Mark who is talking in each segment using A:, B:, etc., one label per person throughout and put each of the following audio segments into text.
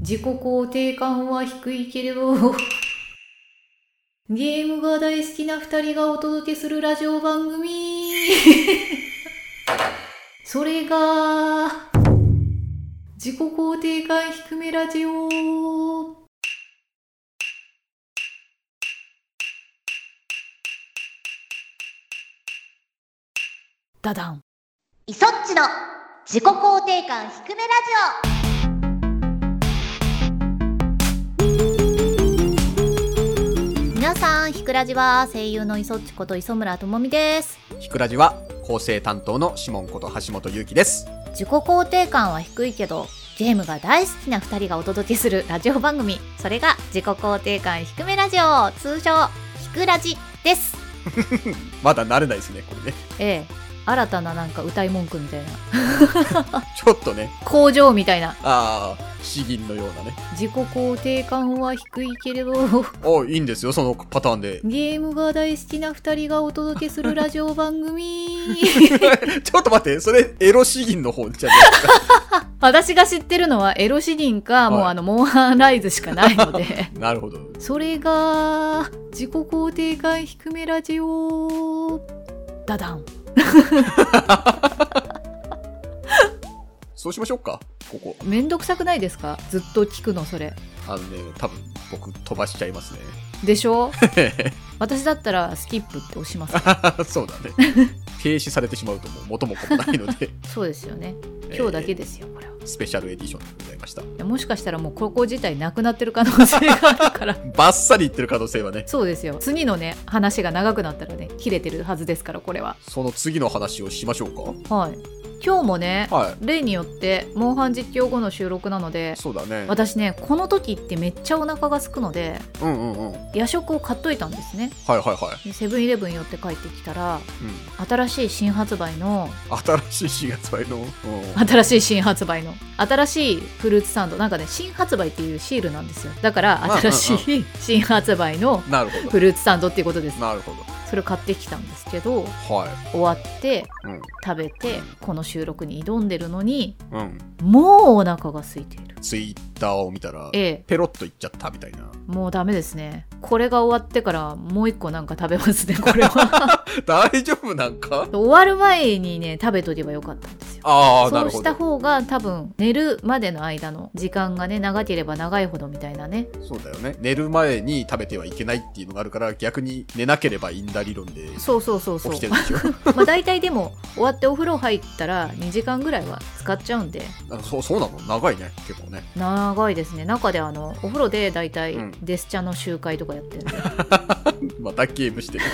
A: 自己肯定感は低いけれど ゲームが大好きな二人がお届けするラジオ番組 それが自己肯定感低めラジオダダン
B: イソッチの自己肯定感低めラジオ皆さん、ひくらじは声優のイソッチこと磯村智美です。
C: ひくらじは構成担当のシモンこと橋本ゆうきです。
B: 自己肯定感は低いけど、ゲームが大好きな二人がお届けするラジオ番組、それが自己肯定感低めラジオ、通称、ひくらじです。
C: まだ慣れないですね、 これね。
B: ええ、新たななんか歌い文句みたいな、
C: ちょっとね、
B: 工場みたいな、
C: ああ、詩吟のようなね。
A: 自己肯定感は低いけれど。
C: あいいんですよ、そのパターンで
A: ゲームが大好きな二人がお届けするラジオ番組
C: ちょっと待って、それ、エロ詩吟の方じゃないですか。
A: 私が知ってるのはエロ詩吟か、もう
C: はい
A: あのモンハンライズしかないので
C: なるほど。
A: それが自己肯定感低めラジオダダン
C: そうしましょうか、ここ。
A: めんどくさくないですかずっと聞くのそれ
C: あのね、多分僕飛ばしちゃいますね。
A: でし ょ私だったらスキップって押します
C: そ うだね。停止されてしまうともう元も子もないので、
A: そうですよね 今日だけですよこれは
C: スペシャルエディションでございました。
A: いやもしかしたらもうここ自体なくなってる可能性があるから
C: バッサリいってる可能性はね、
A: そうですよ次のね話が長くなったらね切れてるはずですからこれは
C: その次の話をしましょう
A: はい今日もね
C: か。は
A: 例によってモンハン実況後の収録なので
C: い。そうだね。
A: 私ねこの時ってめっちゃお腹が空くので
C: うんうんうん。はい
A: 夜食を買っといたんですね
C: はいはい。
A: でセブンイレブン寄って帰ってきたら
C: うん
A: 新しい新発売の
C: 新しい4月売の、うん
A: 新しい新発売の新しいフルーツサンドなんかね新発売っていうシールなんですよだから新しい新発売の
C: なる ほ
A: フルーツサンドっていうことです
C: どなるほど
A: それを買ってきたんですけど
C: はい
A: 終わって
C: うん
A: 食べてこの収録に挑んでるのに
C: うん
A: もうお腹が空いている
C: ツイッターを見たら
A: ええ
C: ペロッといっちゃったみた いな
A: もうダメですねこれが終わってからもう一個なんか食べます ねこれは
C: 大丈夫なんか
A: 終わる前にね食べとけばよかったんですよ
C: ああな
A: そ
C: る
A: う
C: ほ
A: し
C: ど
A: た方が多分寝るまでの間の時間がね長ければ長いほどみたいなね
C: そうだよね寝る前に食べてはいけないっていうのがあるから逆に寝なければいいんだ理論で
A: そうそうそう
C: 起
A: そう
C: きてるんですよ
A: まあ大体でも終わってお風呂入ったら2時間ぐらいは使っちゃうんで
C: あそうそうなの長いね結構ね
A: 長いですね中であのお風呂で大体
C: うん
A: デスチャの集会とかやってるんで、
C: またゲー ムしてる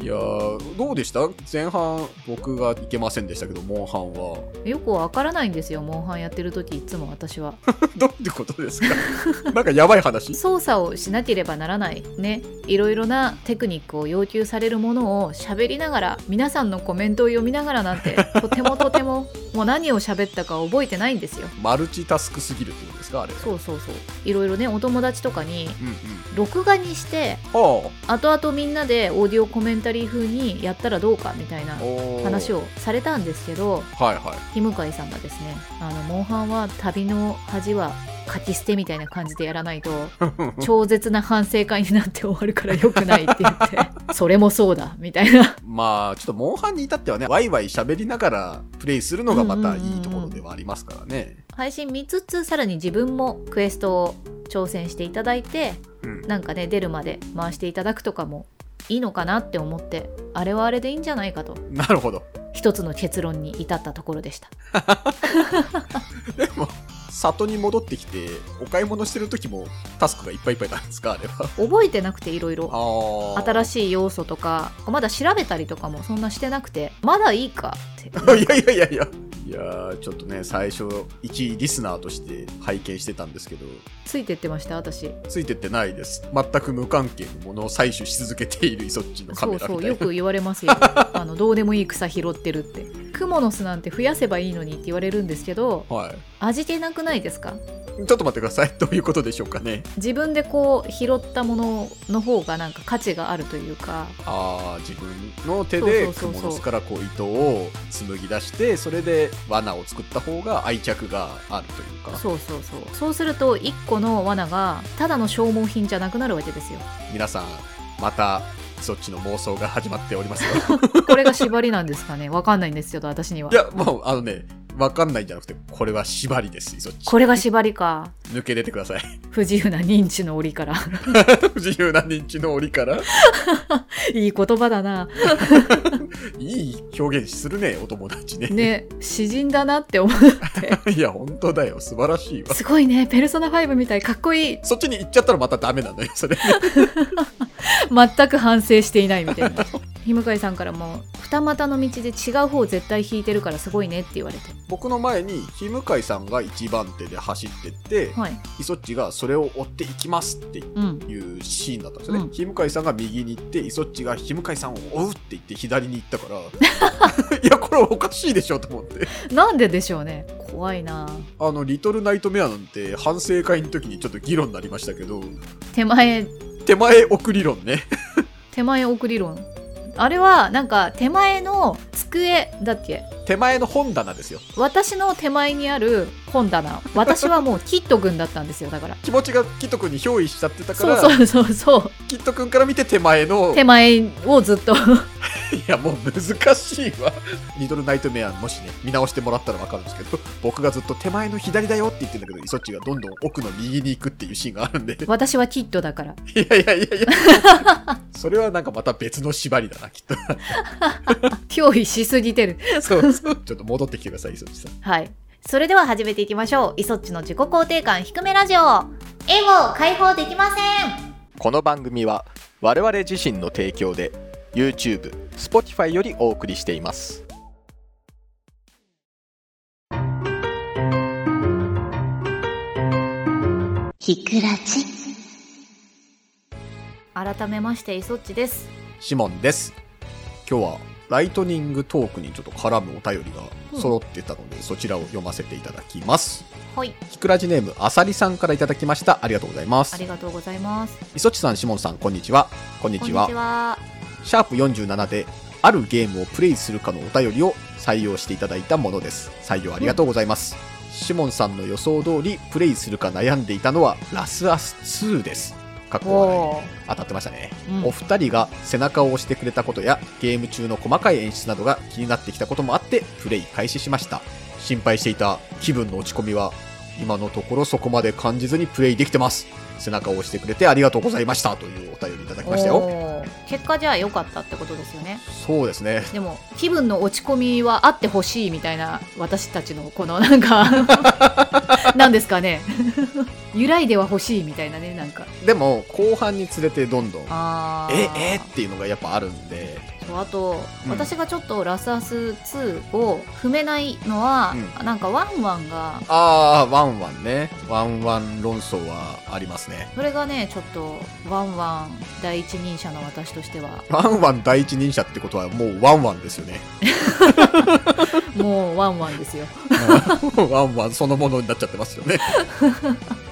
C: いやーどうでした前半僕がいけませんでしたけどモンハンは
A: よくわからないんですよモンハンやってる時いつも私は
C: どういうことですか なんかやばい話
A: 操作をしなければならないねいろいろなテクニックを要求されるものを喋りながら皆さんのコメントを読みながらなんてとてもとてももう何を喋ったか覚えてないんですよ
C: マルチタスクすぎるってことですかあれ
A: そうそうそういろいろねお友達とかに
C: うんうん
A: 録画にして
C: は
A: 後々みんなでオーディオコメンタリー風にやったらどうかみたいな
C: あおー
A: 話をされたんですけど
C: はいはい
A: 日向井さんがですねあのモンハンは旅の恥は書き捨てみたいな感じでやらないと 超絶な反省会になって終わるから良くないって言ってそれもそうだみたいな
C: まあちょっとモンハンに至ってはねワイワイ喋りながらプレイするのがまたいいところではありますからね
A: 配信見つつさらに自分もクエストを挑戦していただいて
C: うん
A: なんかね出るまで回していただくとかもいいのかなって思ってあれはあれでいいんじゃないかと
C: なるほど
A: 一つの結論に至ったところでした
C: でも里に戻ってきてお買い物してる時もタスクがいっぱいいっぱいなんですかあれは
A: 覚えてなくていろいろ
C: あ
A: 新
C: しい
A: しい要素とかまだ調べたりとかもそんなしてなくてまだいいかって
C: いやいやいやいやいやーちょっとね最初一リスナーとして拝見してたんですけど
A: ついてってました私
C: ついてってないです全く無関係のものを採取し続けているイソッチのカ
A: そ
C: メ
A: う
C: ラみたいな
A: そうよく言われ ますよあのどうでもいい草拾ってるってクモの巣なんて増やせばいいのにって言われるんですけど
C: はい
A: 味気なくないですか
C: ょっと待ってください。ど ういうことでしょうかね。
A: 自分でこう拾ったものの方がなんか価値があるというか
C: ああ、自分の手で
A: そう
C: ク
A: そうそうそ
C: モ
A: う
C: の巣からこう糸を紡ぎ出して、それで罠を作った方が愛着があるというか、
A: そうそうそうそうすると1個の罠がただの消耗品じゃなくなるわけですよ
C: 皆さん、またそっちの妄想が始まっており ますよ。
A: これが縛りなんですかねわ かんないんですけど私にはい
C: や、もうあのね、わかんないんじゃなくて、これは縛りです。そっち。
A: これが縛りか
C: 抜け出てください。
A: 不自由な認知の檻から
C: 不自由な認知の檻から。
A: いい言葉だない
C: い表現するね、お友達ね。
A: ね詩人だなって思う
C: いや、本当だよ。素晴らしいわ。
A: すごいね「ペルソナ5」みたいかっこいい
C: そっちに行っちゃったらまたダメなのよ、それ。
A: 全く反省していないみたいな日向井さんからも二股の道で違う方絶対引いてるからすごいねって言われて
C: 僕の前に、日向井さんが一番手で走ってって、
A: はい
C: イソッチがそれを追っていきますって
A: うん
C: いうシーンだったんですよね。
A: うん
C: 日向井さんが右に行って、イソッチが日向井さんを追うって言って左に行ったから、 いや、これおかしいでしょと思って。
A: なんででしょうね怖いな
C: あの、リトルナイトメアなんて反省会の時にちょっと議論になりましたけど、
A: 手前
C: 手前奥理論ね。
A: 手前奥理論あれはなんか手前の机だっけ
C: 手前の本棚ですよ。
A: 私の手前にある本棚私はもうキット君だったんですよだから
C: 気持ちがキット君に憑依しちゃってたか
A: そう
C: ら、
A: そうそうそう
C: キット君から見て手前の
A: 手前をずっと
C: いやもう難しいわリトルナイトメアもしね見直してもらったら分かるんですけど 僕がずっと手前の左だよって言ってんだけどイソッチがどんどん奥の右に行くっていうシーンがあるんで い
A: 私はキットだから
C: やいや いやいやそれはなんかまた別の縛りだなきっ と
A: 憑依しすぎてる
C: そうそうちょっと戻ってきてくださいイソッチさん
B: はい。それでは始めていきましょう。イソッチの自己肯定感低めラジオ。絵を解放できません。
D: この番組は我々自身の提供で YouTube、Spotify よりお送りしています。
B: ひくらち。
A: 改めましてイソッチです
C: シモンです今日はライトニングトークにちょっと絡むお便りが揃ってたので、そちらを読ませていただきます
B: はい。
C: ひくらじネームあさりさんからいただきましたありがとうございます
A: ありがとうございます
C: イソッチさんシモンさんこんにちはこんに
B: こん
C: ち
B: にち
C: は
B: は。
C: シャープ47で、あるゲームをプレイするかのお便りを採用していただいたものです。採用ありがとうございます。シモンさんの予想通り、プレイするか悩んでいたのは、ラスアス2です。過去は
A: おー
C: 当たってましたね。
A: うん
C: お二人が背中を押してくれたことや、ゲーム中の細かい演出などが気になってきたこともあって、プレイ開始しました。心配していた気分の落ち込みは、今のところそこまで感じずにプレイできてます。背中を押してくれてありがとうございましたというお便りいただきましたよ。
A: おー結果じゃあ良かったってことですよね
C: そうですね。
A: でも気分の落ち込みはあってほしいみたいな私たちのこのなん かなんですかね 揺らいではほしいみたいなねなんか
C: でも後半につれてどんどん
A: あ
C: ええっていうのがやっぱあるんで
A: そうあと、
C: うん
A: 私がちょっと「ラスアス2」を踏めないのは、なんかワンワンが
C: ああワンワンねワンワン論争はありますね
A: それがねちょっとワンワン第一人者の私としては
C: ワンワン第一人者ってことはもうワンワンですよね
A: もうワンワンですよ
C: ワンワンそのものになっちゃってますよ ね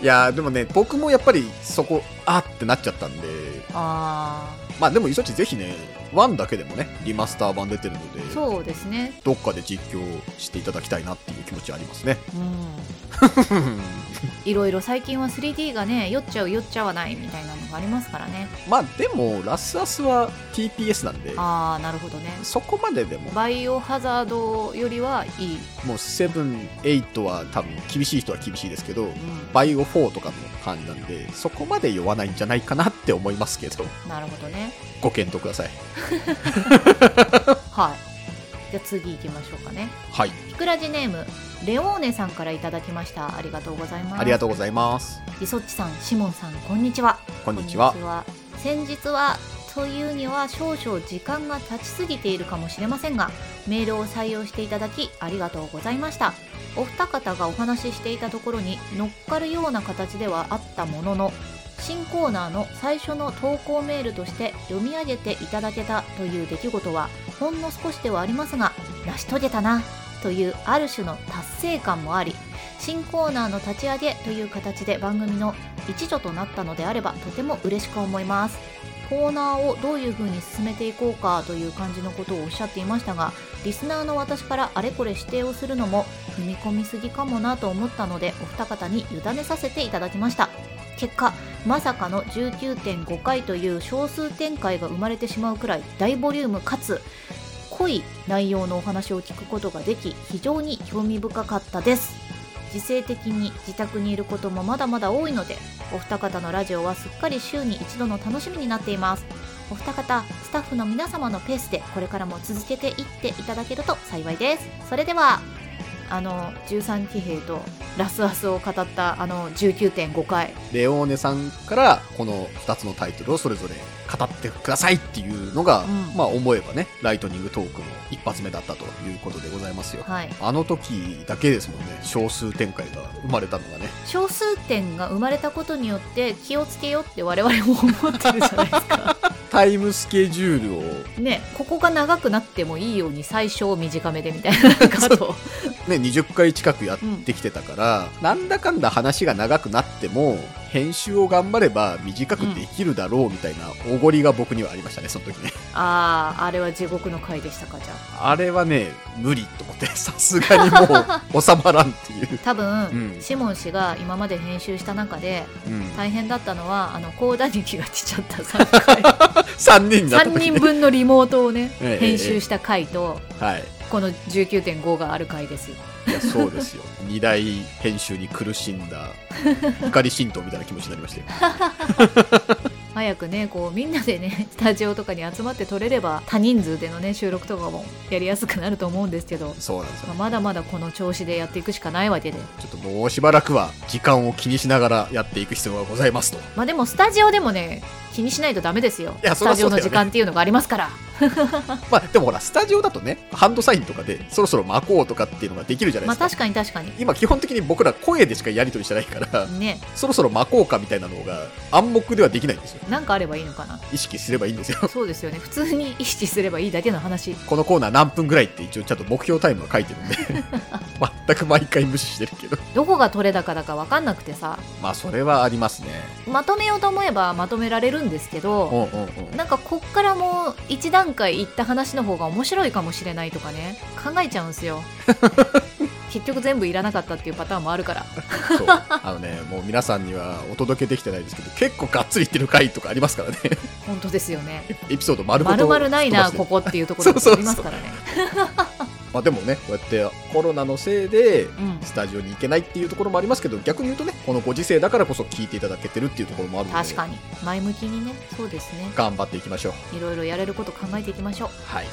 C: いやーでもね僕もやっぱりそこあーってなっちゃったんで
A: あ
C: まあでも磯地ぜひねワンだけでもねリマスター版出てるので
A: あそうですね
C: どっかで実況していただきたいなっていう気持ちありま すね
A: うんいろいろ最近は 3D がね酔っちゃう酔っちゃわないみたいなのがありますからね
C: まあでもラスアスは TPS なんで
A: ああなるほどね
C: そこまででも
A: バイオハザードよりはいい、
C: もう78は多分厳しい人は厳しいですけど
A: うん
C: バイオ4とかの感じなんでそこまで酔わないんじゃないかなって思いますけど
A: なるほどね
C: ご検討ください
A: はいじゃあ次行きましょうかね
C: はい
A: ひくらじネームレオーネさんからいただきましたありがとうございます
C: ありが
A: と
C: とうございます
A: うイソッチさんシモンさんこんにちは
C: こんにちは
B: こんにちは。先日はというには少々時間が経ちすぎているかもしれませんがメールを採用していただきありがとうございましたお二方がお話ししていたところに乗っかるような形ではあったものの新コーナーの最初の投稿メールとして読み上げていただけたという出来事はほんの少しではありますが成し遂げたなというある種の達成感もあり
A: 新コーナーの立ち上げという形で番組の一助となったのであればとても嬉しく思いますコーナーをどういう風に進めていこうかという感じのことをおっしゃっていましたがリスナーの私からあれこれ指定をするのも踏み込みすぎかもなと思ったのでお二方に委ねさせていただきました結果まさかの19.5回という少数展開が生まれてしまうくらい大ボリュームかつ濃い内容のお話を聞くことができ非常に興味深かったです時勢的に自宅にいることもまだまだ多いのでお二方のラジオはすっかり週に一度の楽しみになっていますお二方スタッフの皆様のペースでこれからも続けていっていただけると幸いですそれではあの13騎兵とラスアスを語ったあの19.5回
C: レオーネさんからこの2つのタイトルをそれぞれ語ってくださいっていうのが、
A: うん
C: まあ思えばねライトニングトークの一発目だったということでございますよ
A: はい
C: あの時だけですもんね少数展開が生まれたのがね
A: 少数点が生まれたことによって気をつけようって我々も思ってるじゃないですか
C: タイムスケジュールを
A: ねここが長くなってもいいように最小短めでみたいななんかあと
C: ね20回近くやってきてたから、なんだかんだ話が長くなっても編集を頑張れば短くできるだろうみたいなおごりが僕にはありましたねその時ね
A: あああれは地獄の回でしたかじゃあ
C: あれはね無理と思ってさすがにもう収まらんっていう、
A: 多分、
C: うん
A: シモン氏が今まで編集した中で
C: うん、
A: 大変だったのはあの高田力が出ちゃった3回
C: 3人だった
A: 3
C: 時
A: 人
C: ね
A: 分のリモートをね
C: ええええ
A: 編集した回と
C: はい
A: この19.5がある回ですよ
C: いやそうですよ二大編集に苦しんだ怒り神道みたいな気持ちになりましたよ
A: 早くねこうみんなでね スタジオとかに集まって撮れれば多人数でのね収録とかもやりやすくなると思うんですけど、
C: そうなんですよ
A: まあまだまだこの調子でやっていくしかないわけで
C: ちょっともうしばらくは時間を気にしながらやっていく必要がございますと
A: まあでもスタジオでもね気にしないとダメですよ
C: いや
A: ス
C: そり
A: タ
C: ゃ
A: ジ
C: そ
A: オ
C: うだ
A: の
C: よね
A: 時間っていうのがありますから
C: まあでもほらスタジオだとねハンドサインとかでそろそろ巻こうとかっていうのができるじゃない
A: ま
C: で
A: あ
C: すか、
A: 確かに確かに
C: 今基本的に僕ら声でしかやり取りしてないから
A: ね
C: そろそろ巻こうかみたいなのが暗黙ではできないんですよ
A: なんかあればいいのかな
C: 意識すればいいんですよ
A: そうですよね普通に意識すればいいだけの話
C: このコーナー何分ぐらいって一応ちゃんと目標タイムが書いて るんで全く毎回無視してるけど
A: どこが取れ高だか分かんなくてさ
C: まあそれはありますね
A: まとめようと思えばまとめられるんですけ
C: うん
A: ど
C: うんうん
A: なんかこっからもう一段階いった話の方が面白いかもしれないとかね考えちゃうんす よ結局全部いらなかったっていうパターンもあるから
C: そうあのねもう皆さんにはお届けできてないですけど結構がっつりいってる回とかありま すからね
A: 本当ですよね
C: エピソード丸ご
A: ま
C: と
A: るまるないな
C: 吹っ飛ば
A: ここ
C: して
A: っていうところがありますからね
C: まあ、でもねこうやってコロナのせいで
A: うん
C: スタジオに行けないっていうところもありますけど逆に言うとねこのご時世だからこそ聞いていただけてるっていうところもあるので
A: 確かに前向きにねそうですね
C: 頑張っていきましょう
A: いろいろやれること考えていきましょう
C: はい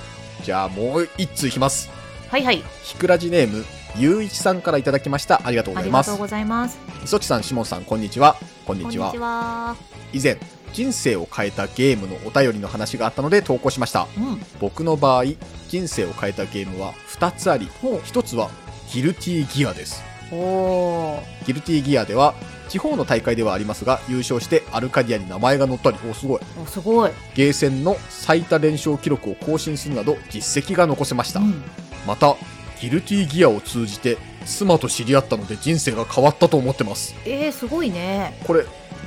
C: じゃあもう一通いきます
A: はいはい
C: ひくらじネームゆういちさんからいただきましたありがとうご
A: あ
C: ざい
A: り
C: ま
A: が
C: す
A: とうございます
C: 磯木さんしもんさんこんにちはこんに
A: こん
C: ち
A: に
C: は
A: ちは
C: 以前人生を変えたゲームのお便りの話があったので投稿しました
A: うん
C: 僕の場合人生を変えたゲームは2つあり1つはギルティギアです
A: おー
C: ギルティギアでは地方の大会ではありますが優勝してアルカディアに名前が載ったりおすごい
A: おすごい、
C: ゲーセンの最多連勝記録を更新するなど実績が残せました、
A: うん
C: またギルティギアを通じて妻と知り合ったので人生が変わったと思ってます
A: えー、すごいね
C: これ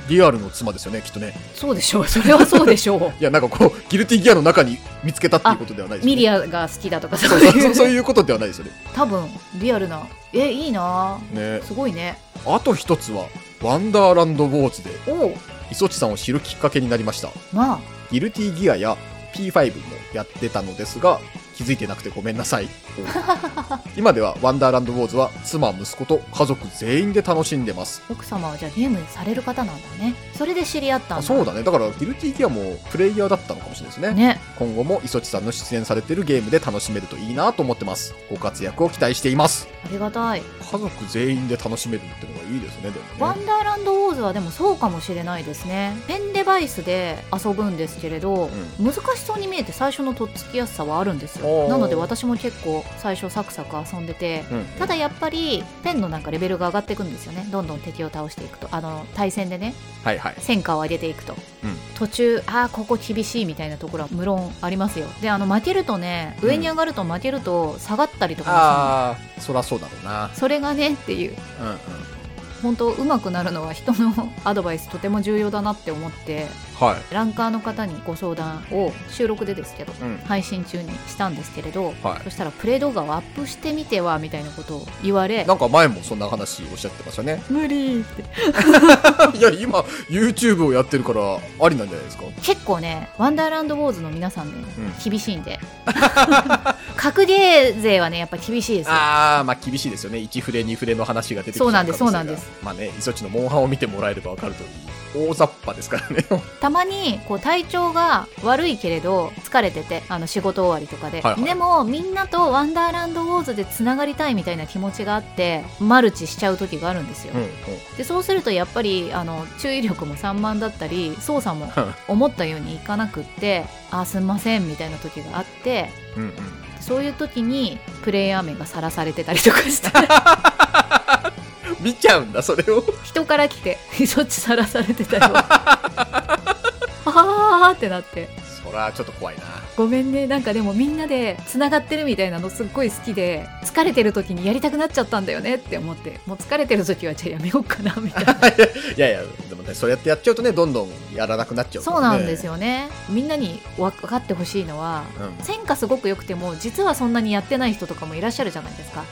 C: リアルの妻ですよねきっとね
A: そうでしょう それはそうでしょ
C: いやなんかこうギルティギアの中に見つけたっていうことではないで
A: う
C: す
A: ミ
C: よね
A: リアが好きだとかそ
C: そうう
A: い
C: そううそういうことではないですよね
A: 多分リアルなえいいな
C: ね
A: すごいね
C: あと一つは、ワンダーランドウォーズで、
A: おう
C: 磯地さんを知るきっかけになりました。
A: まあ
C: ギルティギアや P5 もやってたのですが、気づいてなくてごめんな さい。今では、ワンダーランドウォーズは、妻、息子と家族全員で楽しんでます。
A: 奥様はじゃあゲームされる方なんだねそれで知り合ったん
C: あ
A: だ
C: そうだね。だから、ギルティギアもプレイヤーだったのかもしれないですね。
A: ね
C: 今後も磯地さんの出演されてるゲームで楽しめるといいなと思ってます。ご活躍を期待しています。
A: ありがたい
C: 家族全員で楽しめるってのがいいですね、でも
A: ワ
C: ね。
A: ンダーランドウォーズはでもそうかもしれないですねペンデバイスで遊ぶんですけれど、難しそうに見えて最初のとっつきやすさはあるんですよなので私も結構最初サクサク遊んでて
D: うん
A: ただやっぱりペンのなんかレベルが上がっていくんですよねどんどん敵を倒していくとあの対戦でね
C: はいはい。
A: 戦果を上げていくと、
D: うん
A: 途中ああここ厳しいみたいなところは無論ありますよであの負けるとね
D: うん
A: 上に上がると負けると下がったりとかもするの
C: ああ、そらそうだろうな。
A: それがねっていう
C: うんうん。
A: 本当上手くなるのは人の アドバイスとても重要だなって思って
C: はい。
A: ランカーの方にご相談を収録でですけど
D: うん
A: 配信中にしたんですけれど、
C: はい
A: そしたらプレイ動画をアップしてみてはみたいなことを言われ
C: なんか前もそんな話おっしゃってましたね。
A: 無理って
C: いや、今、YouTube をやってるから、ありなんじゃないですか。
A: 結構ね「ワンダーランドウォーズ」の皆さんね、
D: うん
A: 厳しいん で格ゲー勢はねやっぱ厳しいですよ
C: ああ、まあ厳しいですよね。1フレ、2フレの話が出てきちゃ
A: そうなんです
C: 可能性が
A: そうなんです。
C: まあね、イソチのモンハンを見てもらえればわかるとおり、大雑把ですからね。
A: たまにこう体調が悪いけれど疲れててあの仕事終わりとかで、
C: はいはい
A: でもみんなと「ワンダーランドウォーズ」でつながりたいみたいな気持ちがあってマルチしちゃう時があるんですよ、
C: んうん。
A: でそうするとやっぱりあの注意力も散漫だったり操作 も思ったようにいかなくってあーすんませんみたいな時があって
C: うんうん。
A: そういう時にプレイヤー名がさらされてたりとかして
C: 見ちゃうんだ、それを。
A: 人から来て「そっちさらされてたよ」 あーってなって
C: そら、ちょっと怖いな。
A: ごめんねなんかでもみんなでつながってるみたいなのすっごい好きで疲れてる時にやりたくなっちゃったんだよねって思ってもう疲れてる時はじゃあやめようかなみたいな
C: いやいや、でもね、そうやってやっちゃうとね、どんどんやらなくなっちゃうか ら
A: そう
C: ね
A: なんです。よねみんなに分かってほしいのは
C: うん。
A: 戦果すごく良くても実はそんなにやってない人とかもいらっしゃるじゃないですか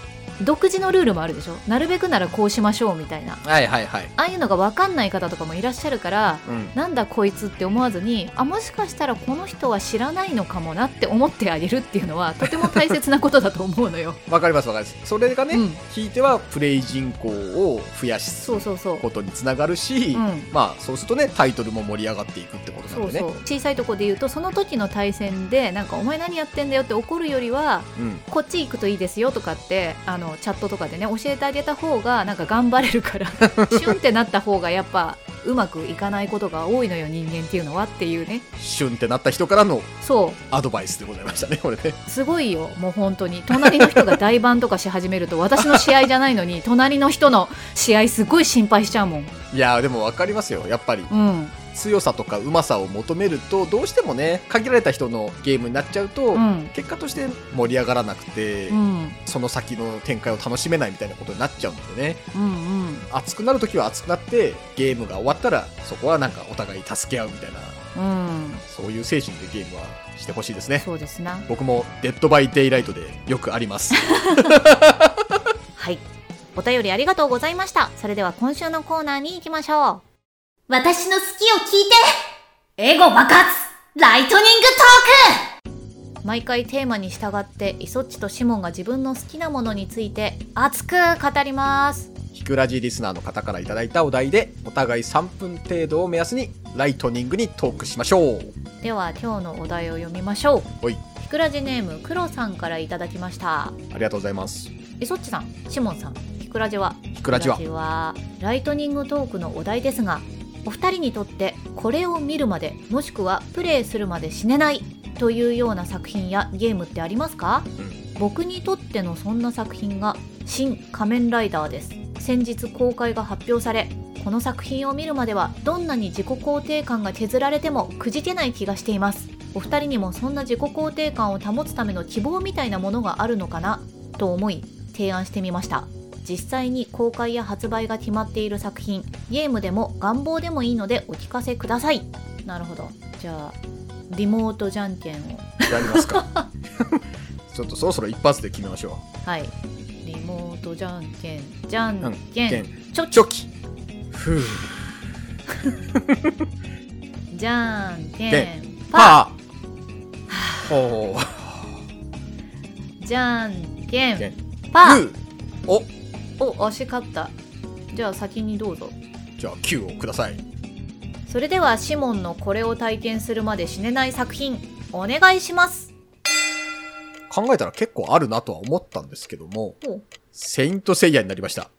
A: 独自のルールもあるでしょなるべくならこうしましょうみたいな
C: はいはいはい。
A: ああいうのが分かんない方とかもいらっしゃるから
C: うん。
A: なんだこいつって思わずにあもしかしたらこの人は知らないのかもなって思ってあげるっていうのはとても大切なことだと思うのよ、
C: わかりますわかります。それがね、
A: うん、
C: ひいてはプレイ人口を増やす
A: そうそうそう
C: ことにつながるし、
A: うん
C: まあそうするとねタイトルも盛り上がっていくってことな
A: そ
C: ん
A: う
C: でね
A: そう小さいとこで言うとその時の対戦でなんかお前何やってんだよって怒るよりは
C: うん、
A: こっち行くといいですよとかってあのチャットとかでね教えてあげた方がなんか頑張れる からシュンってなった方がやっぱうまくいかないことが多いのよ人間っていうのはっていうね
C: シュンってなった人からの
A: そ
C: アドバイスでございましたねこれね
A: うすごいよもう本当に隣の人が大番とかし始めると私の試合じゃないのに隣の人の試合すごい心配しちゃうもん
C: いやーでもわかりますよやっぱり
A: うん
C: 強さとかうまさを求めるとどうしてもね限られた人のゲームになっちゃうと、
A: うん
C: 結果として盛り上がらなくて、
A: うん
C: その先の展開を楽しめないみたいなことになっちゃうんでね
A: うんうん
C: 熱くなる時は熱くなってゲームが終わったらそこはなんかお互い助け合うみたい
A: う
C: な
A: ん
C: そういう精神でゲームはしてほしいですね
A: そうですな
C: 僕もデッドバイデイライトでよくあります。
B: はい。お便りありがとうございました。それでは今週のコーナーに行きましょう。私の好きを聞いてエゴ爆発ライトニングトー
A: 毎回テーマに従ってイソッチとシモンが自分の好きなものについて熱く語ります
C: ひくらじリスナーの方からいただいたお題で、お互い3分程度を目安にライトニングにトークしましょう。
A: では今日のお題を読みましょう
C: ほい
A: ひくらじネームクロさんからいただきました
C: ありがとうございます。
A: イソッチさんシモンさんひくらじは
C: ひくらじは
A: ひ。ライトニングトークのお題ですがお二人にとってこれを見るまでもしくはプレイするまで死ねないというような作品やゲームってありますか、僕にとってのそんな作品が「新仮面ライダー」です先日公開が発表されこの作品を見るまではどんなに自己肯定感が削られてもくじけない気がしていますお二人にもそんな自己肯定感を保つための希望みたいなものがあるのかなと思い提案してみました実際に公開や発売が決まっている作品ゲームでも願望でもいいのでお聞かせくださいなるほどじゃあリモートじゃんけんを
C: やりますか。 ちょっとそろそろ一発で決めましょ
A: はいリモートじゃんけんじゃん
C: う。うん。
A: けん、
C: 剣
A: チョキ
C: チョキ。ふう。
A: じゃんけん
C: け
A: パ
C: パー。ほう。
A: ーじゃんけん
C: けん
A: パー
C: グー。お、
A: お惜しかったじゃあ先にどうぞ
C: じゃあ9をください。
A: それではシモンのこれを体験するまで死ねない作品お願いします
C: 考えたら結構あるなとは思ったんですけども
A: ほう、
C: セイントセイヤになりました。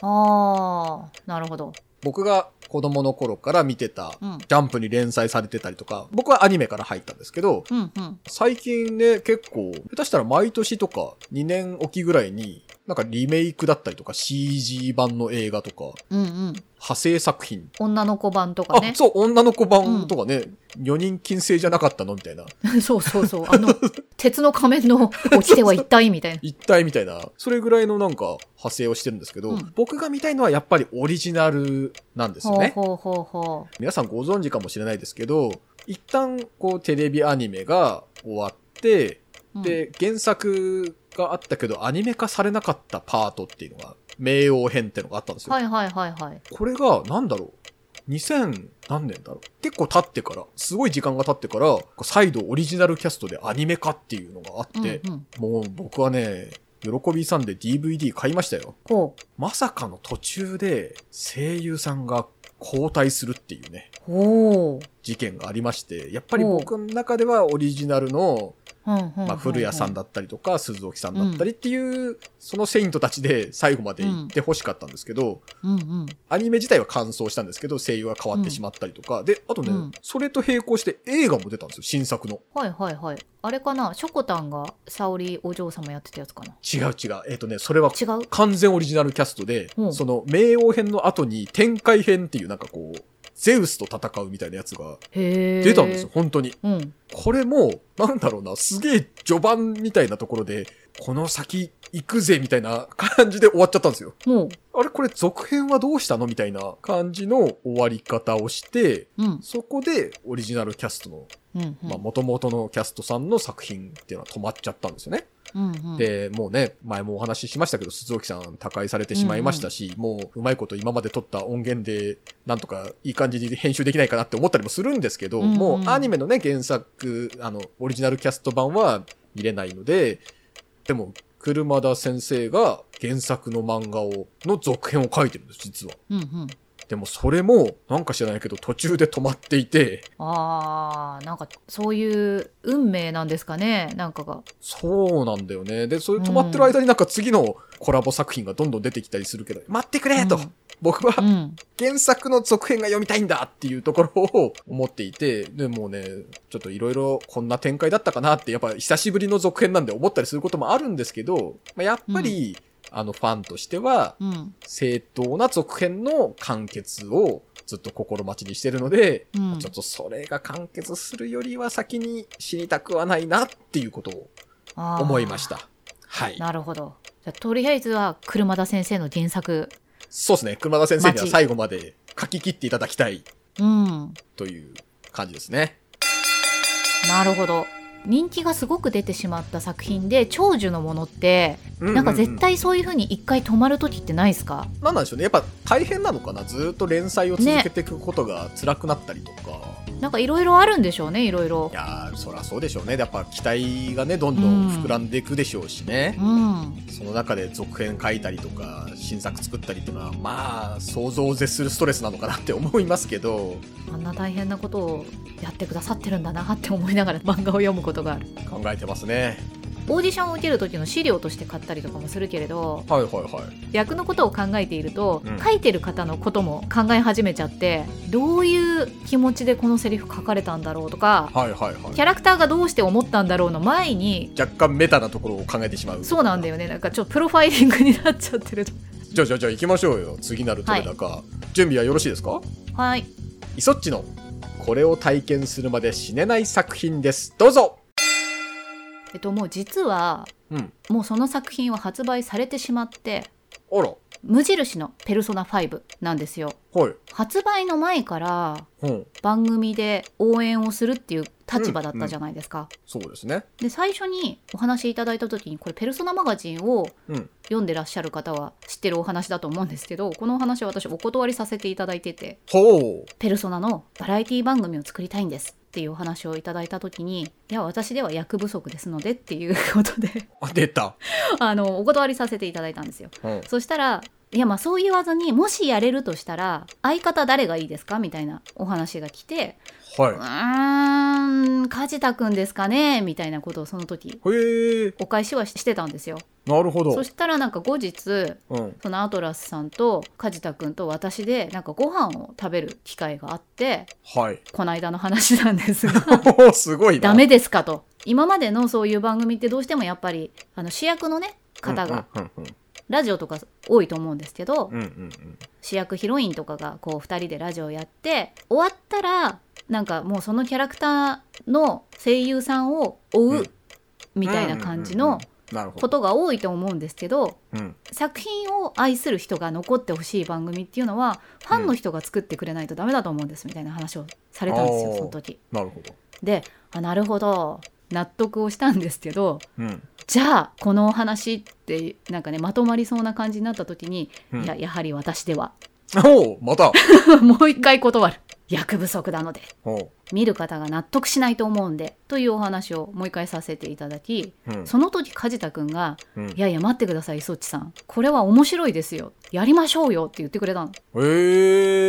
A: ああ、なるほど。
C: 僕が子供の頃から見てた、
A: うん。
C: ジャンプに連載されてたりとか、僕はアニメから入ったんですけど、
A: うんうん。
C: 最近ね、結構、下手したら毎年とか2年おきぐらいに、なんかリメイクだったりとか CG 版の映画とか、
A: うんうん。
C: 派生作品。
A: 女の子版とか
C: あ、
A: ね。
C: そう、女の子版とかね、4人禁制じゃなかったのみたいな。
A: そうそうそう。あ の、鉄の仮面の落ちては一体みたいな。
C: 一体みたいな、それぐらいのなんか派生をしてるんですけど、
A: うん
C: 僕が見たいのはやっぱりオリジナルなんですよね。
A: ほうほうほうほ
C: 皆さんご存知かもしれないですけど、一旦こうテレビアニメが終わって、
A: う。うん、
C: で、原作があったけどアニメ化されなかったパートっていうのが、冥王編っていうのがあったんですよ。
A: はいはいはいはい。
C: これが、なんだろう。2000何年だろう結構経ってから、すごい時間が経ってから、再度オリジナルキャストでアニメ化っていうのがあって、
A: うんうん、
C: もう僕はね、喜びさんで DVD 買いましたよ。
A: ほう。
C: まさかの途中で声優さんが交代するっていうね、
A: ほう。
C: 事件がありまして、やっぱり僕の中ではオリジナル
A: うん
C: の、
A: うんうんうん
C: まあ、古谷さん。だったりとか、鈴木さんだったりっていう、そのセイントたちで最後まで行ってほしかったんですけど、
A: うんうん。
C: アニメ自体は完走したんですけど、声優が変わってしまったりとか、で、あとね、
A: うん
C: それと並行して映画も出たんですよ、新作の。
A: はいはいはい。あれかな、しょこたんが沙織お嬢様やってたやつかな。
C: 違う違う。えっ、とね、それは
A: 違う
C: 完全オリジナルキャストで、
A: うん
C: その、冥王編の後に展開編っていうなんかこう、ゼウスと戦うみたいなやつが
A: へえ。
C: 出たんですよ、。本当に。
A: うん。
C: これも、なんだろうな、すげえ序盤みたいなところで、この先行くぜみたいな感じで終わっちゃったんですよ。
A: もう。
C: あれこれ続編はどうしたのみたいな感じの終わり方をして、
A: うん。
C: そこでオリジナルキャストの、
A: うん、うん。
C: まあ元々のキャストさんの作品っていうのは止まっちゃったんですよね。
A: うんうん、
C: で、もうね、前もお話ししましたけど、鈴木さん、他界されてしまいましたし、もう、うまいこと今まで撮った音源で、なんとかいい感じに編集できないかなって思ったりもするんですけど、
A: うんうん
C: もうアニメのね、原作、あの、オリジナルキャスト版は見れないので、でも、車田先生が原作の漫画を、の続編を書いてるんです、実は。
A: うんうん。
C: でも、それも、なんか知らないけど、途中で止まっていて、
A: あー、なんか、そういう運命なんですかね、なんかが。
C: そうなんだよね。で、それ止まってる間になんか次のコラボ作品がどんどん出てきたりするけど、待ってくれと、
A: うん
C: 僕は
A: うん。
C: 原作の続編が読みたいんだっていうところを思っていて、でもうね、ちょっといろいろこんな展開だったかなって、やっぱ久しぶりの続編なんで思ったりすることもあるんですけど、まあ、やっぱり、あのファンとしては、
A: うん。
C: 正当な続編の完結をずっと心待ちにしてるので、
A: うん
C: ちょっとそれが完結するよりは先に死にたくはないなっていうことを
A: あー
C: 思いまし。た。はい。
A: なるほど。じゃあとりあえずは、車田先生の原作。
C: そうですね。熊田先生には
A: 待ち
C: 最後まで書き切っていただきたい
A: うん。
C: という感じですね。
A: なるほど。人気がすごく出てしまった作品で長寿のものって
C: な
A: なんか絶対そういう風に一回止まる時ってないですか、
C: なんなんでしょうねやっぱ大変なのかなずーっと連載を続けていくことが辛くなったりとか、
A: なんかいろいろあるんでしょうねいろいろ
C: いやーそりゃそうでしょうねやっぱ期待がねどんどん膨らんでいくでしょうしね
A: う、ん
C: その中で続編書いたりとか新作作ったりっていうのはまあ想像を絶するストレスなのかなって思いますけど
A: あんな大変なことをやってくださってるんだなって思いながら漫画を読むことがある
C: 考えてますね
A: オーディションを受ける時の資料として買ったりとかもするけれど
C: はいはいはい
A: 役のことを考えていると、
C: うん
A: 書いてる方のことも考え始めちゃってどういう気持ちでこのセリフ書かれたんだろうとか
C: はいはいは
A: キャ
C: い
A: ラクターがどうして思ったんだろうの前に
C: 若干メタなところを考えてしまう
A: そうなんだよねなんかちょっとプロファイリングになっちゃってる
C: じゃあじゃあじゃあ行きましょうよ次なる取れ高、準備はよろしいですか
A: はい
C: イソッチのこれを体験するまで死ねない作品ですどうぞ
A: えっともう実は
C: うん
A: もうその作品は発売されてしまって
C: あら
A: 無印の「ペルソナ5」なんですよ
C: はい。
A: 発売の前から
C: うん。
A: 番組で応援をするっていう立場だったじゃないですか、
C: そうですね。
A: で最初にお話しいただいた時にこれ「ペルソナマガジン」を
C: うん
A: 読んでらっしゃる方は知ってるお話だと思うんですけどこのお話は私お断りさせていただいてて
C: ほう。
A: 「ペルソナのバラエティ番組を作りたいんです」っていうお話をいただいた時に「いや私では役不足ですので」っていうことで
C: あ、出た。
A: あのお断りさせていただいたんですよ。
C: うん。
A: そしたらいやまあそう言わずにもしやれるとしたら相方誰がいいですかみたいなお話が来てう
C: は
A: ーん梶田くんですかねみたいなことをその時
C: い。へえ。
A: お返しはしてたんですよ
C: なるほど
A: そしたらなんか後日
C: うん
A: そのアトラスさんと梶田君と私でなんかご飯を食べる機会があって
C: はい
A: この間の話なんです が
C: おーすごいな
A: ダメですかと今までのそういう番組ってどうしてもやっぱりあの主役のね方が
C: うんうん
A: ラジオとか多いと思うんですけど、
C: うんうんうんうん
A: 主役ヒロインとかがこう2人でラジオやって終わったらなんかもうそのキャラクターの声優さんを追
C: う
A: うんみたいな感じの
C: なるほ
A: こ
C: ど、
A: とが多いと思うんですけど
C: うん、
A: 作品を愛する人が残ってほしい番組っていうのはファンの人が作ってくれないとダメだと思うんですみたいな話をされたんです
C: う
A: よ
C: ん
A: その時。
C: なるほど、
A: であなるほど納得をしたんですけど
C: うん
A: じゃあこのお話ってなんかねまとまりそうな感じになった時に、
C: うん、
A: いややはり私では
C: おおまた
A: もう一回断る役不足なので
C: おう
A: 見る方が納得しないと思うんでというお話をもう一回させていただき
C: うん
A: その時梶田君が
C: うん
A: 「いやいや待ってください磯っちさんこれは面白いですよやりましょうよ」って言ってくれたの。
C: え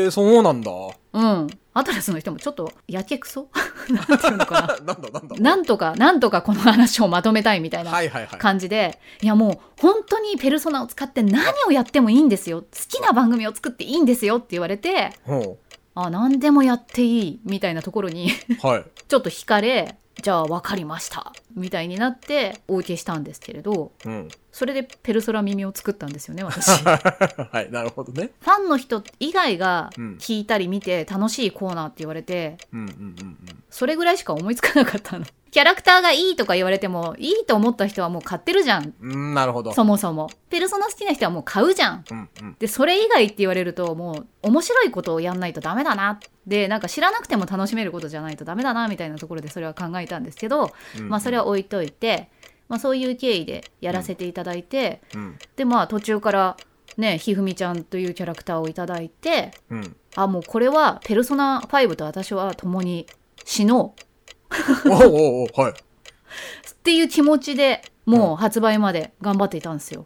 C: ー、そうなんだ
A: うん、アトラスの人もちょっとやけくそ なんていうのか
C: なんだなんだ
A: ななんとかなんとかこの話をまとめたいみたいな
C: はいはいはい
A: 感じでいやもう本当にペルソナを使って何をやってもいいんですよ好きな番組を作っていいんですよって言われて
C: ほ
A: あ何でもやっていいみたいなところに
C: うはい
A: ちょっと惹かれじゃあ分かりましたみたいになってお受けしたんですけれど
C: うん
A: それでペルソナ耳を作ったんですよね私フ
C: はいなるほどね
A: ァンの人以外が
C: うん
A: 聞いたり見て楽しいコーナーって言われて
C: うんうんうんうん
A: それぐらいしか思いつかなかったの キャラクターがいいとか言われてもいいと思った人はもう買ってるじゃん
C: うんなるほど
A: そもそもペルソナ好きな人はもう買うじゃん
C: うんうん
A: でそれ以外って言われるともう面白いことをやんないとダメだなでなんか知らなくても楽しめることじゃないとダメだなみたいなところでそれは考えたんですけど、
C: うん
A: まあそれは置いといて、まあ、そういう経緯でやらせていただいて、
C: うん
A: でまあ途中からねひふみちゃんというキャラクターをいただいて
C: うん
A: あもうこれは「ペルソナ5」と私は共に死のう
C: おうおうおうはい
A: っていう気持ちでもう発売まで頑張っていたんですよ。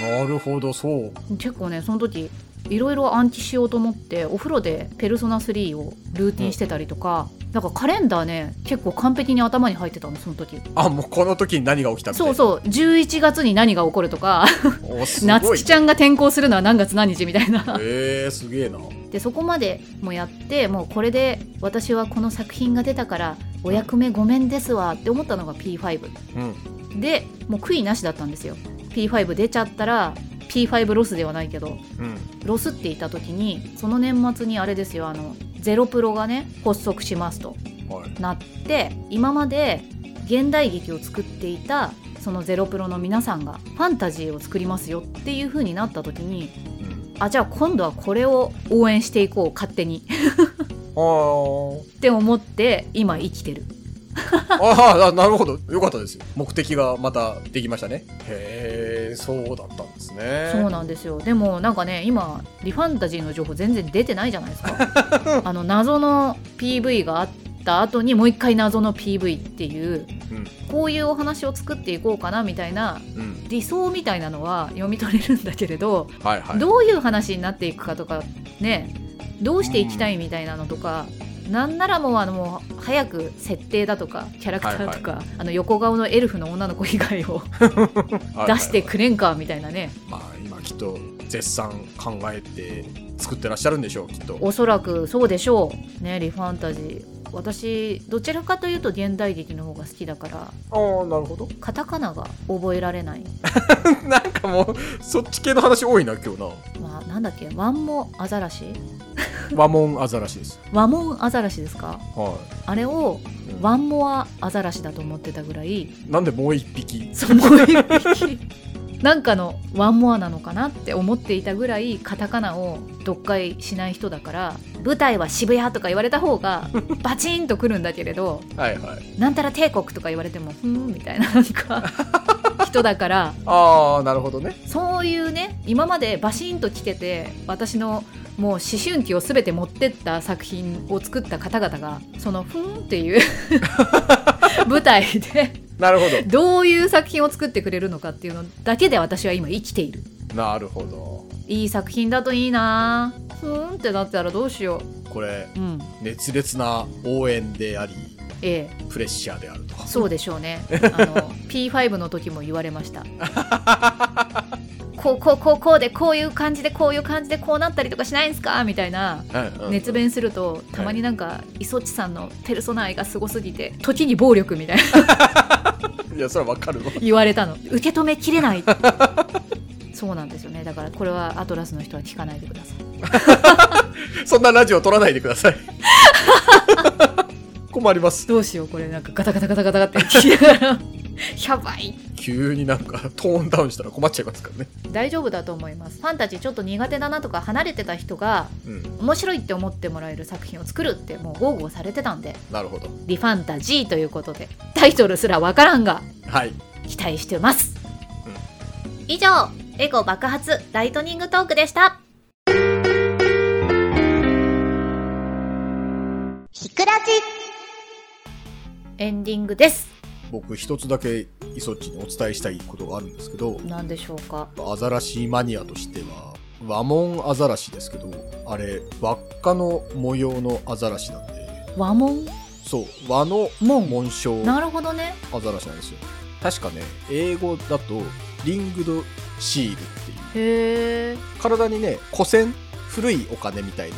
C: なるほどそう
A: 結構ねその時いろいろ暗記しようと思ってお風呂で「ペルソナ3をルーティンしてたりとか、なんかカレンダーね結構完璧に頭に入ってたのその時
C: あもうこの時に何が起きたみたい
A: そうそう11月に何が起こるとか
C: うおすごい
A: 夏希ちゃんが転校するのは何月何日みたいな
C: えー、すげえな
A: でそこまでもやってもうこれで私はこの作品が出たからお役目ごめんですわって思ったのが P5
C: うん
A: でもう悔いなしだったんですよ P5 出ちゃったら P5 ロスではないけど
C: うん
A: ロスっていた時にその年末にあれですよあのゼロプロがね発足しますと
C: はい
A: なって今まで現代劇を作っていたそのゼロプロの皆さんがファンタジーを作りますよっていう風になった時に
C: うん
A: あじゃあ今度はこれを応援していこう勝手に
C: あ
A: って思って今生きてる
C: ーあーなるほどよかったですよ目的がまたできましたねへえそうだったんですね
A: そうなんですよでもなんかね今リファンタジーの情報全然出てないじゃないですか あの謎の PV があった後にもう一回謎の PV っていう、
C: うん
A: こういうお話を作っていこうかなみたいな
C: うん
A: 理想みたいなのは読み取れるんだけれど、
C: はいはい
A: どういう話になっていくかとかねどうしていきたいみたいなのとか、なんならもうあのもう早く設定だとかキャラクターとか、あの横顔のエルフの女の子以外を出してくれんかみたいなね
C: まあ今きっと絶賛考えて作ってらっしゃるんでしょうきっと
A: おそらくそうでしょうねリファンタジー私どちらかというと現代劇の方が好きだから
C: ああなるほど
A: カタカナが覚えられない
C: なんかもうそっち系の話多いな今日な
A: まあなんだっけワンモアザラシ
C: 和ンアザラシです
A: ワモンアザラシですか
C: は
A: あれを
C: い、うん
A: ワンモアアザラシだと思ってたぐらい
C: なんでもう一匹
A: その一匹なんかのワンモアなのかなって思っていたぐらいカタカナを読解しない人だから舞台は渋谷とか言われた方がバチンとくるんだけれど
C: はいはい
A: なんたら帝国とか言われてもふーんみたいななんか人だから
C: ああなるほどね
A: そういうね今までバシンと来てて私のもう思春期を全て持ってった作品を作った方々がそのふーんっていう舞台で
C: なるほ
A: どういう作品を作ってくれるのかっていうのだけで私は今生きている
C: どなるほど
A: いい作品だといいなふーんってなったらどうしよ
C: これ
A: ううん
C: 熱烈な応援であり
A: ええ
C: プレッシャーであると
A: そうでしょうねあの P5 の時も言われました こうこうこうこうでこういう感じでこういう感じでこうなったりとかしないんですかみたいな
D: うんうん
A: 熱弁するとたまになんか磯っちさんのペルソナ愛がすごすぎて時に暴力みたいな
C: いや、それはわかるわ。
A: 言われたの受け止めきれない そうなんですよねだからこれはアトラスの人は聞かないでください
C: そんなラジオ撮らないでください。 困ります。
A: どうしようこれなんかガタガタガタガタガタって聞きながら やばい
C: 急になんかトーンダウンしたら困っちゃいますからね。
A: 大丈夫だと思いますファンたちちょっと苦手だなとか離れてた人が
C: うん、
A: 面白いって思ってもらえる作品を作るってもう豪語されてたんで
C: なるほど。
A: 「リファンタジー」ということでタイトルすらわからんが
C: はい。
A: 期待してます
B: 以上エゴ爆発ライトニングトークでしたひくら
A: エンディングです
C: 僕一つだけイソッチにお伝えしたいことがあるんですけど、
A: 何でしょうか
C: アザラシマニアとしては、和モンアザラシですけど、あれ、輪っかの模様のアザラシなんで、
A: 和門
C: そう、和の
A: 門
C: 紋章
A: なるほどね
C: アザラシなんですよ。確かね、英語だと、リングドシールっていう、
A: へえ
C: 体にね、古銭、古いお金みたいな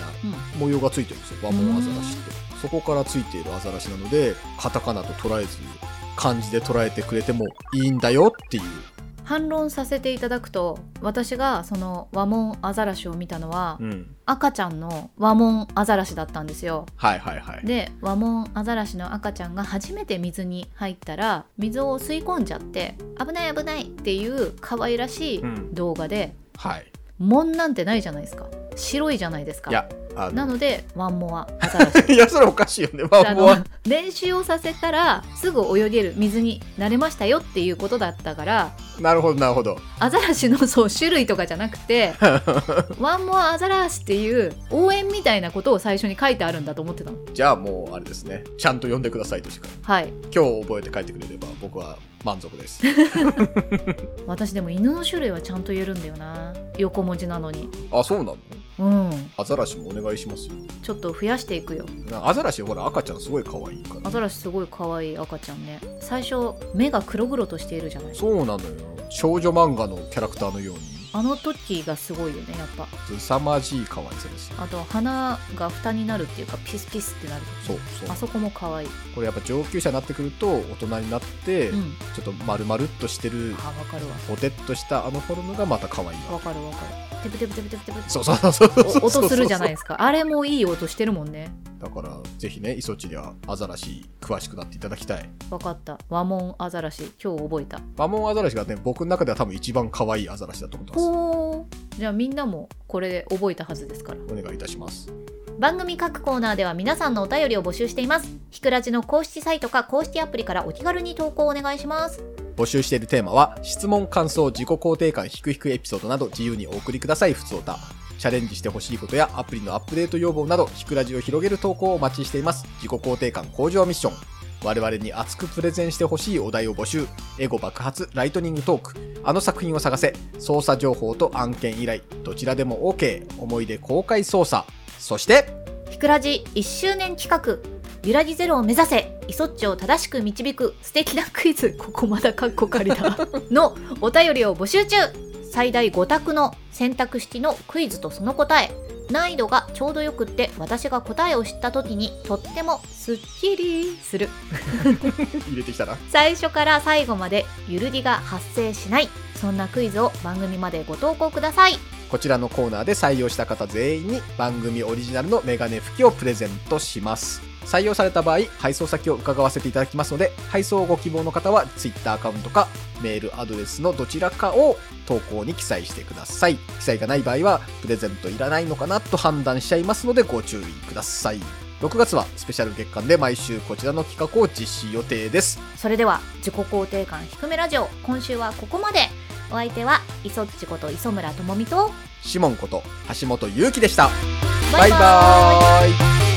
C: 模様がついてるんですよ、和モンアザラシって。そこからついているアザラシなので、カタカナと捉えず、漢字で捉えてくれてもいいんだよっていう。
A: 反論させていただくと私がその和門アザラシを見たのは、
C: うん。
A: 赤ちゃんの和門アザラシだったんですよ
C: はいはいはい。
A: でワモンアザラシの赤ちゃんが初めて水に入ったら水を吸い込んじゃって危ない危ないっていう可愛らしい
C: うん。
A: 動画で、
C: はい。
A: モンなんてないじゃないですか白いじゃないですか
C: いや、あ
A: な
C: の、
A: のでワンモアアザラ シ
C: いや、それおかしいよね、和
A: あ
C: モン
A: の
C: は。
A: 練習をさせたらすぐ泳げる水になれましたよっていうことだったから
C: なるほど、なるほど。
A: アザラシのそう種類とかじゃなくてワンモアアザラシっていう応援みたいなことを最初に書いてあるんだと思ってたの
C: じゃあもう、あれですね。ちゃんと読んでくださいとしか。
A: はい
C: 今日覚えて帰ってくれれば、僕は満足 です。
A: 私でも犬の種類はちゃんと言えるんだよな横文字なのに
C: あ、そうなの
A: うん
C: アザラシもお願いしますよ。
A: ちょっと増やしていくよ
C: なアザラシ、ほら、赤ちゃんすごい可愛いから、
A: アザラシすごい可愛い赤ちゃんね最初目が黒々としているじゃない
C: そうなのよ。少女漫画のキャラクターのように、
A: あの時がすごいよねやっぱ
C: 凄まじい可愛さですよ。
A: あと鼻が蓋になるっていうかピスピスってなる
C: そうそ
A: あ
C: う。
A: そこも可愛い
C: これやっぱ上級者になってくると、大人になって、
A: うん
C: ちょっと丸々っとしてる、
A: あわかるわ
C: ポテっとしたあのフォルムがまた可愛い
A: わ
C: わ。
A: かるわかるテプテプテプテプテプ
C: そうそうそうそうそうそう
A: お音するじゃない
C: い
A: ですかあれもいい音してるもんね
C: だから、ぜひね、イソチではアザラシ詳しくなっていただきたい。
A: わかった和モンアザラシ今日覚えた
C: マモンアザラシがね、僕の中では多分一番可愛いアザラシだと思ってま
A: ほーじゃあみんなもこれで覚えたはずですから
C: す。お願いいたします。
B: 番組各コーナーでは皆さんのお便りを募集していますひくらじの公式サイトか公式アプリからお気軽に投稿お願いします
C: 募集しているテーマは、質問、感想、自己肯定感、ひくひくエピソードなど自由にお送りください、ふつおた。チャレンジしてほしいことやアプリのアップデート要望など、ひくラジを広げる投稿をお待ちしています。自己肯定感向上ミッション。我々に熱くプレゼンしてほしいお題を募集。エゴ爆発、ライトニングトーク。あの作品を探せ。捜査情報と案件依頼。どちらでも OK。思い出公開捜査。そして、
B: ひくらじ1周年企画ゆらぎゼロを目指せイソッチを正しく導く素敵なクイズ
A: ここまだカッコ借りだ
B: のお便りを募集中最大5択の選択式のクイズとその答え難易度がちょうどよくって私が答えを知った時にとっても
A: すっきりする
C: 入れてきたな。
B: 最初から最後までゆるぎが発生しないそんなクイズを番組までご投稿ください
C: こちらのコーナーで採用した方全員に番組オリジナルのメガネ拭きをプレゼントします。採用された場合、配送先を伺わせていただきますので、配送をご希望の方は Twitter アカウントかメールアドレスのどちらかを投稿に記載してください。記載がない場合は、プレゼントいらないのかなと判断しちゃいますのでご注意ください。6月はスペシャル月間で毎週こちらの企画を実施予定です。
B: それでは自己肯定感低めラジオ今週はここまでお相手はイソッチこと磯村智美と
C: シモンこと橋本祐希でした。バイバ
B: バイバーイ
C: ーイ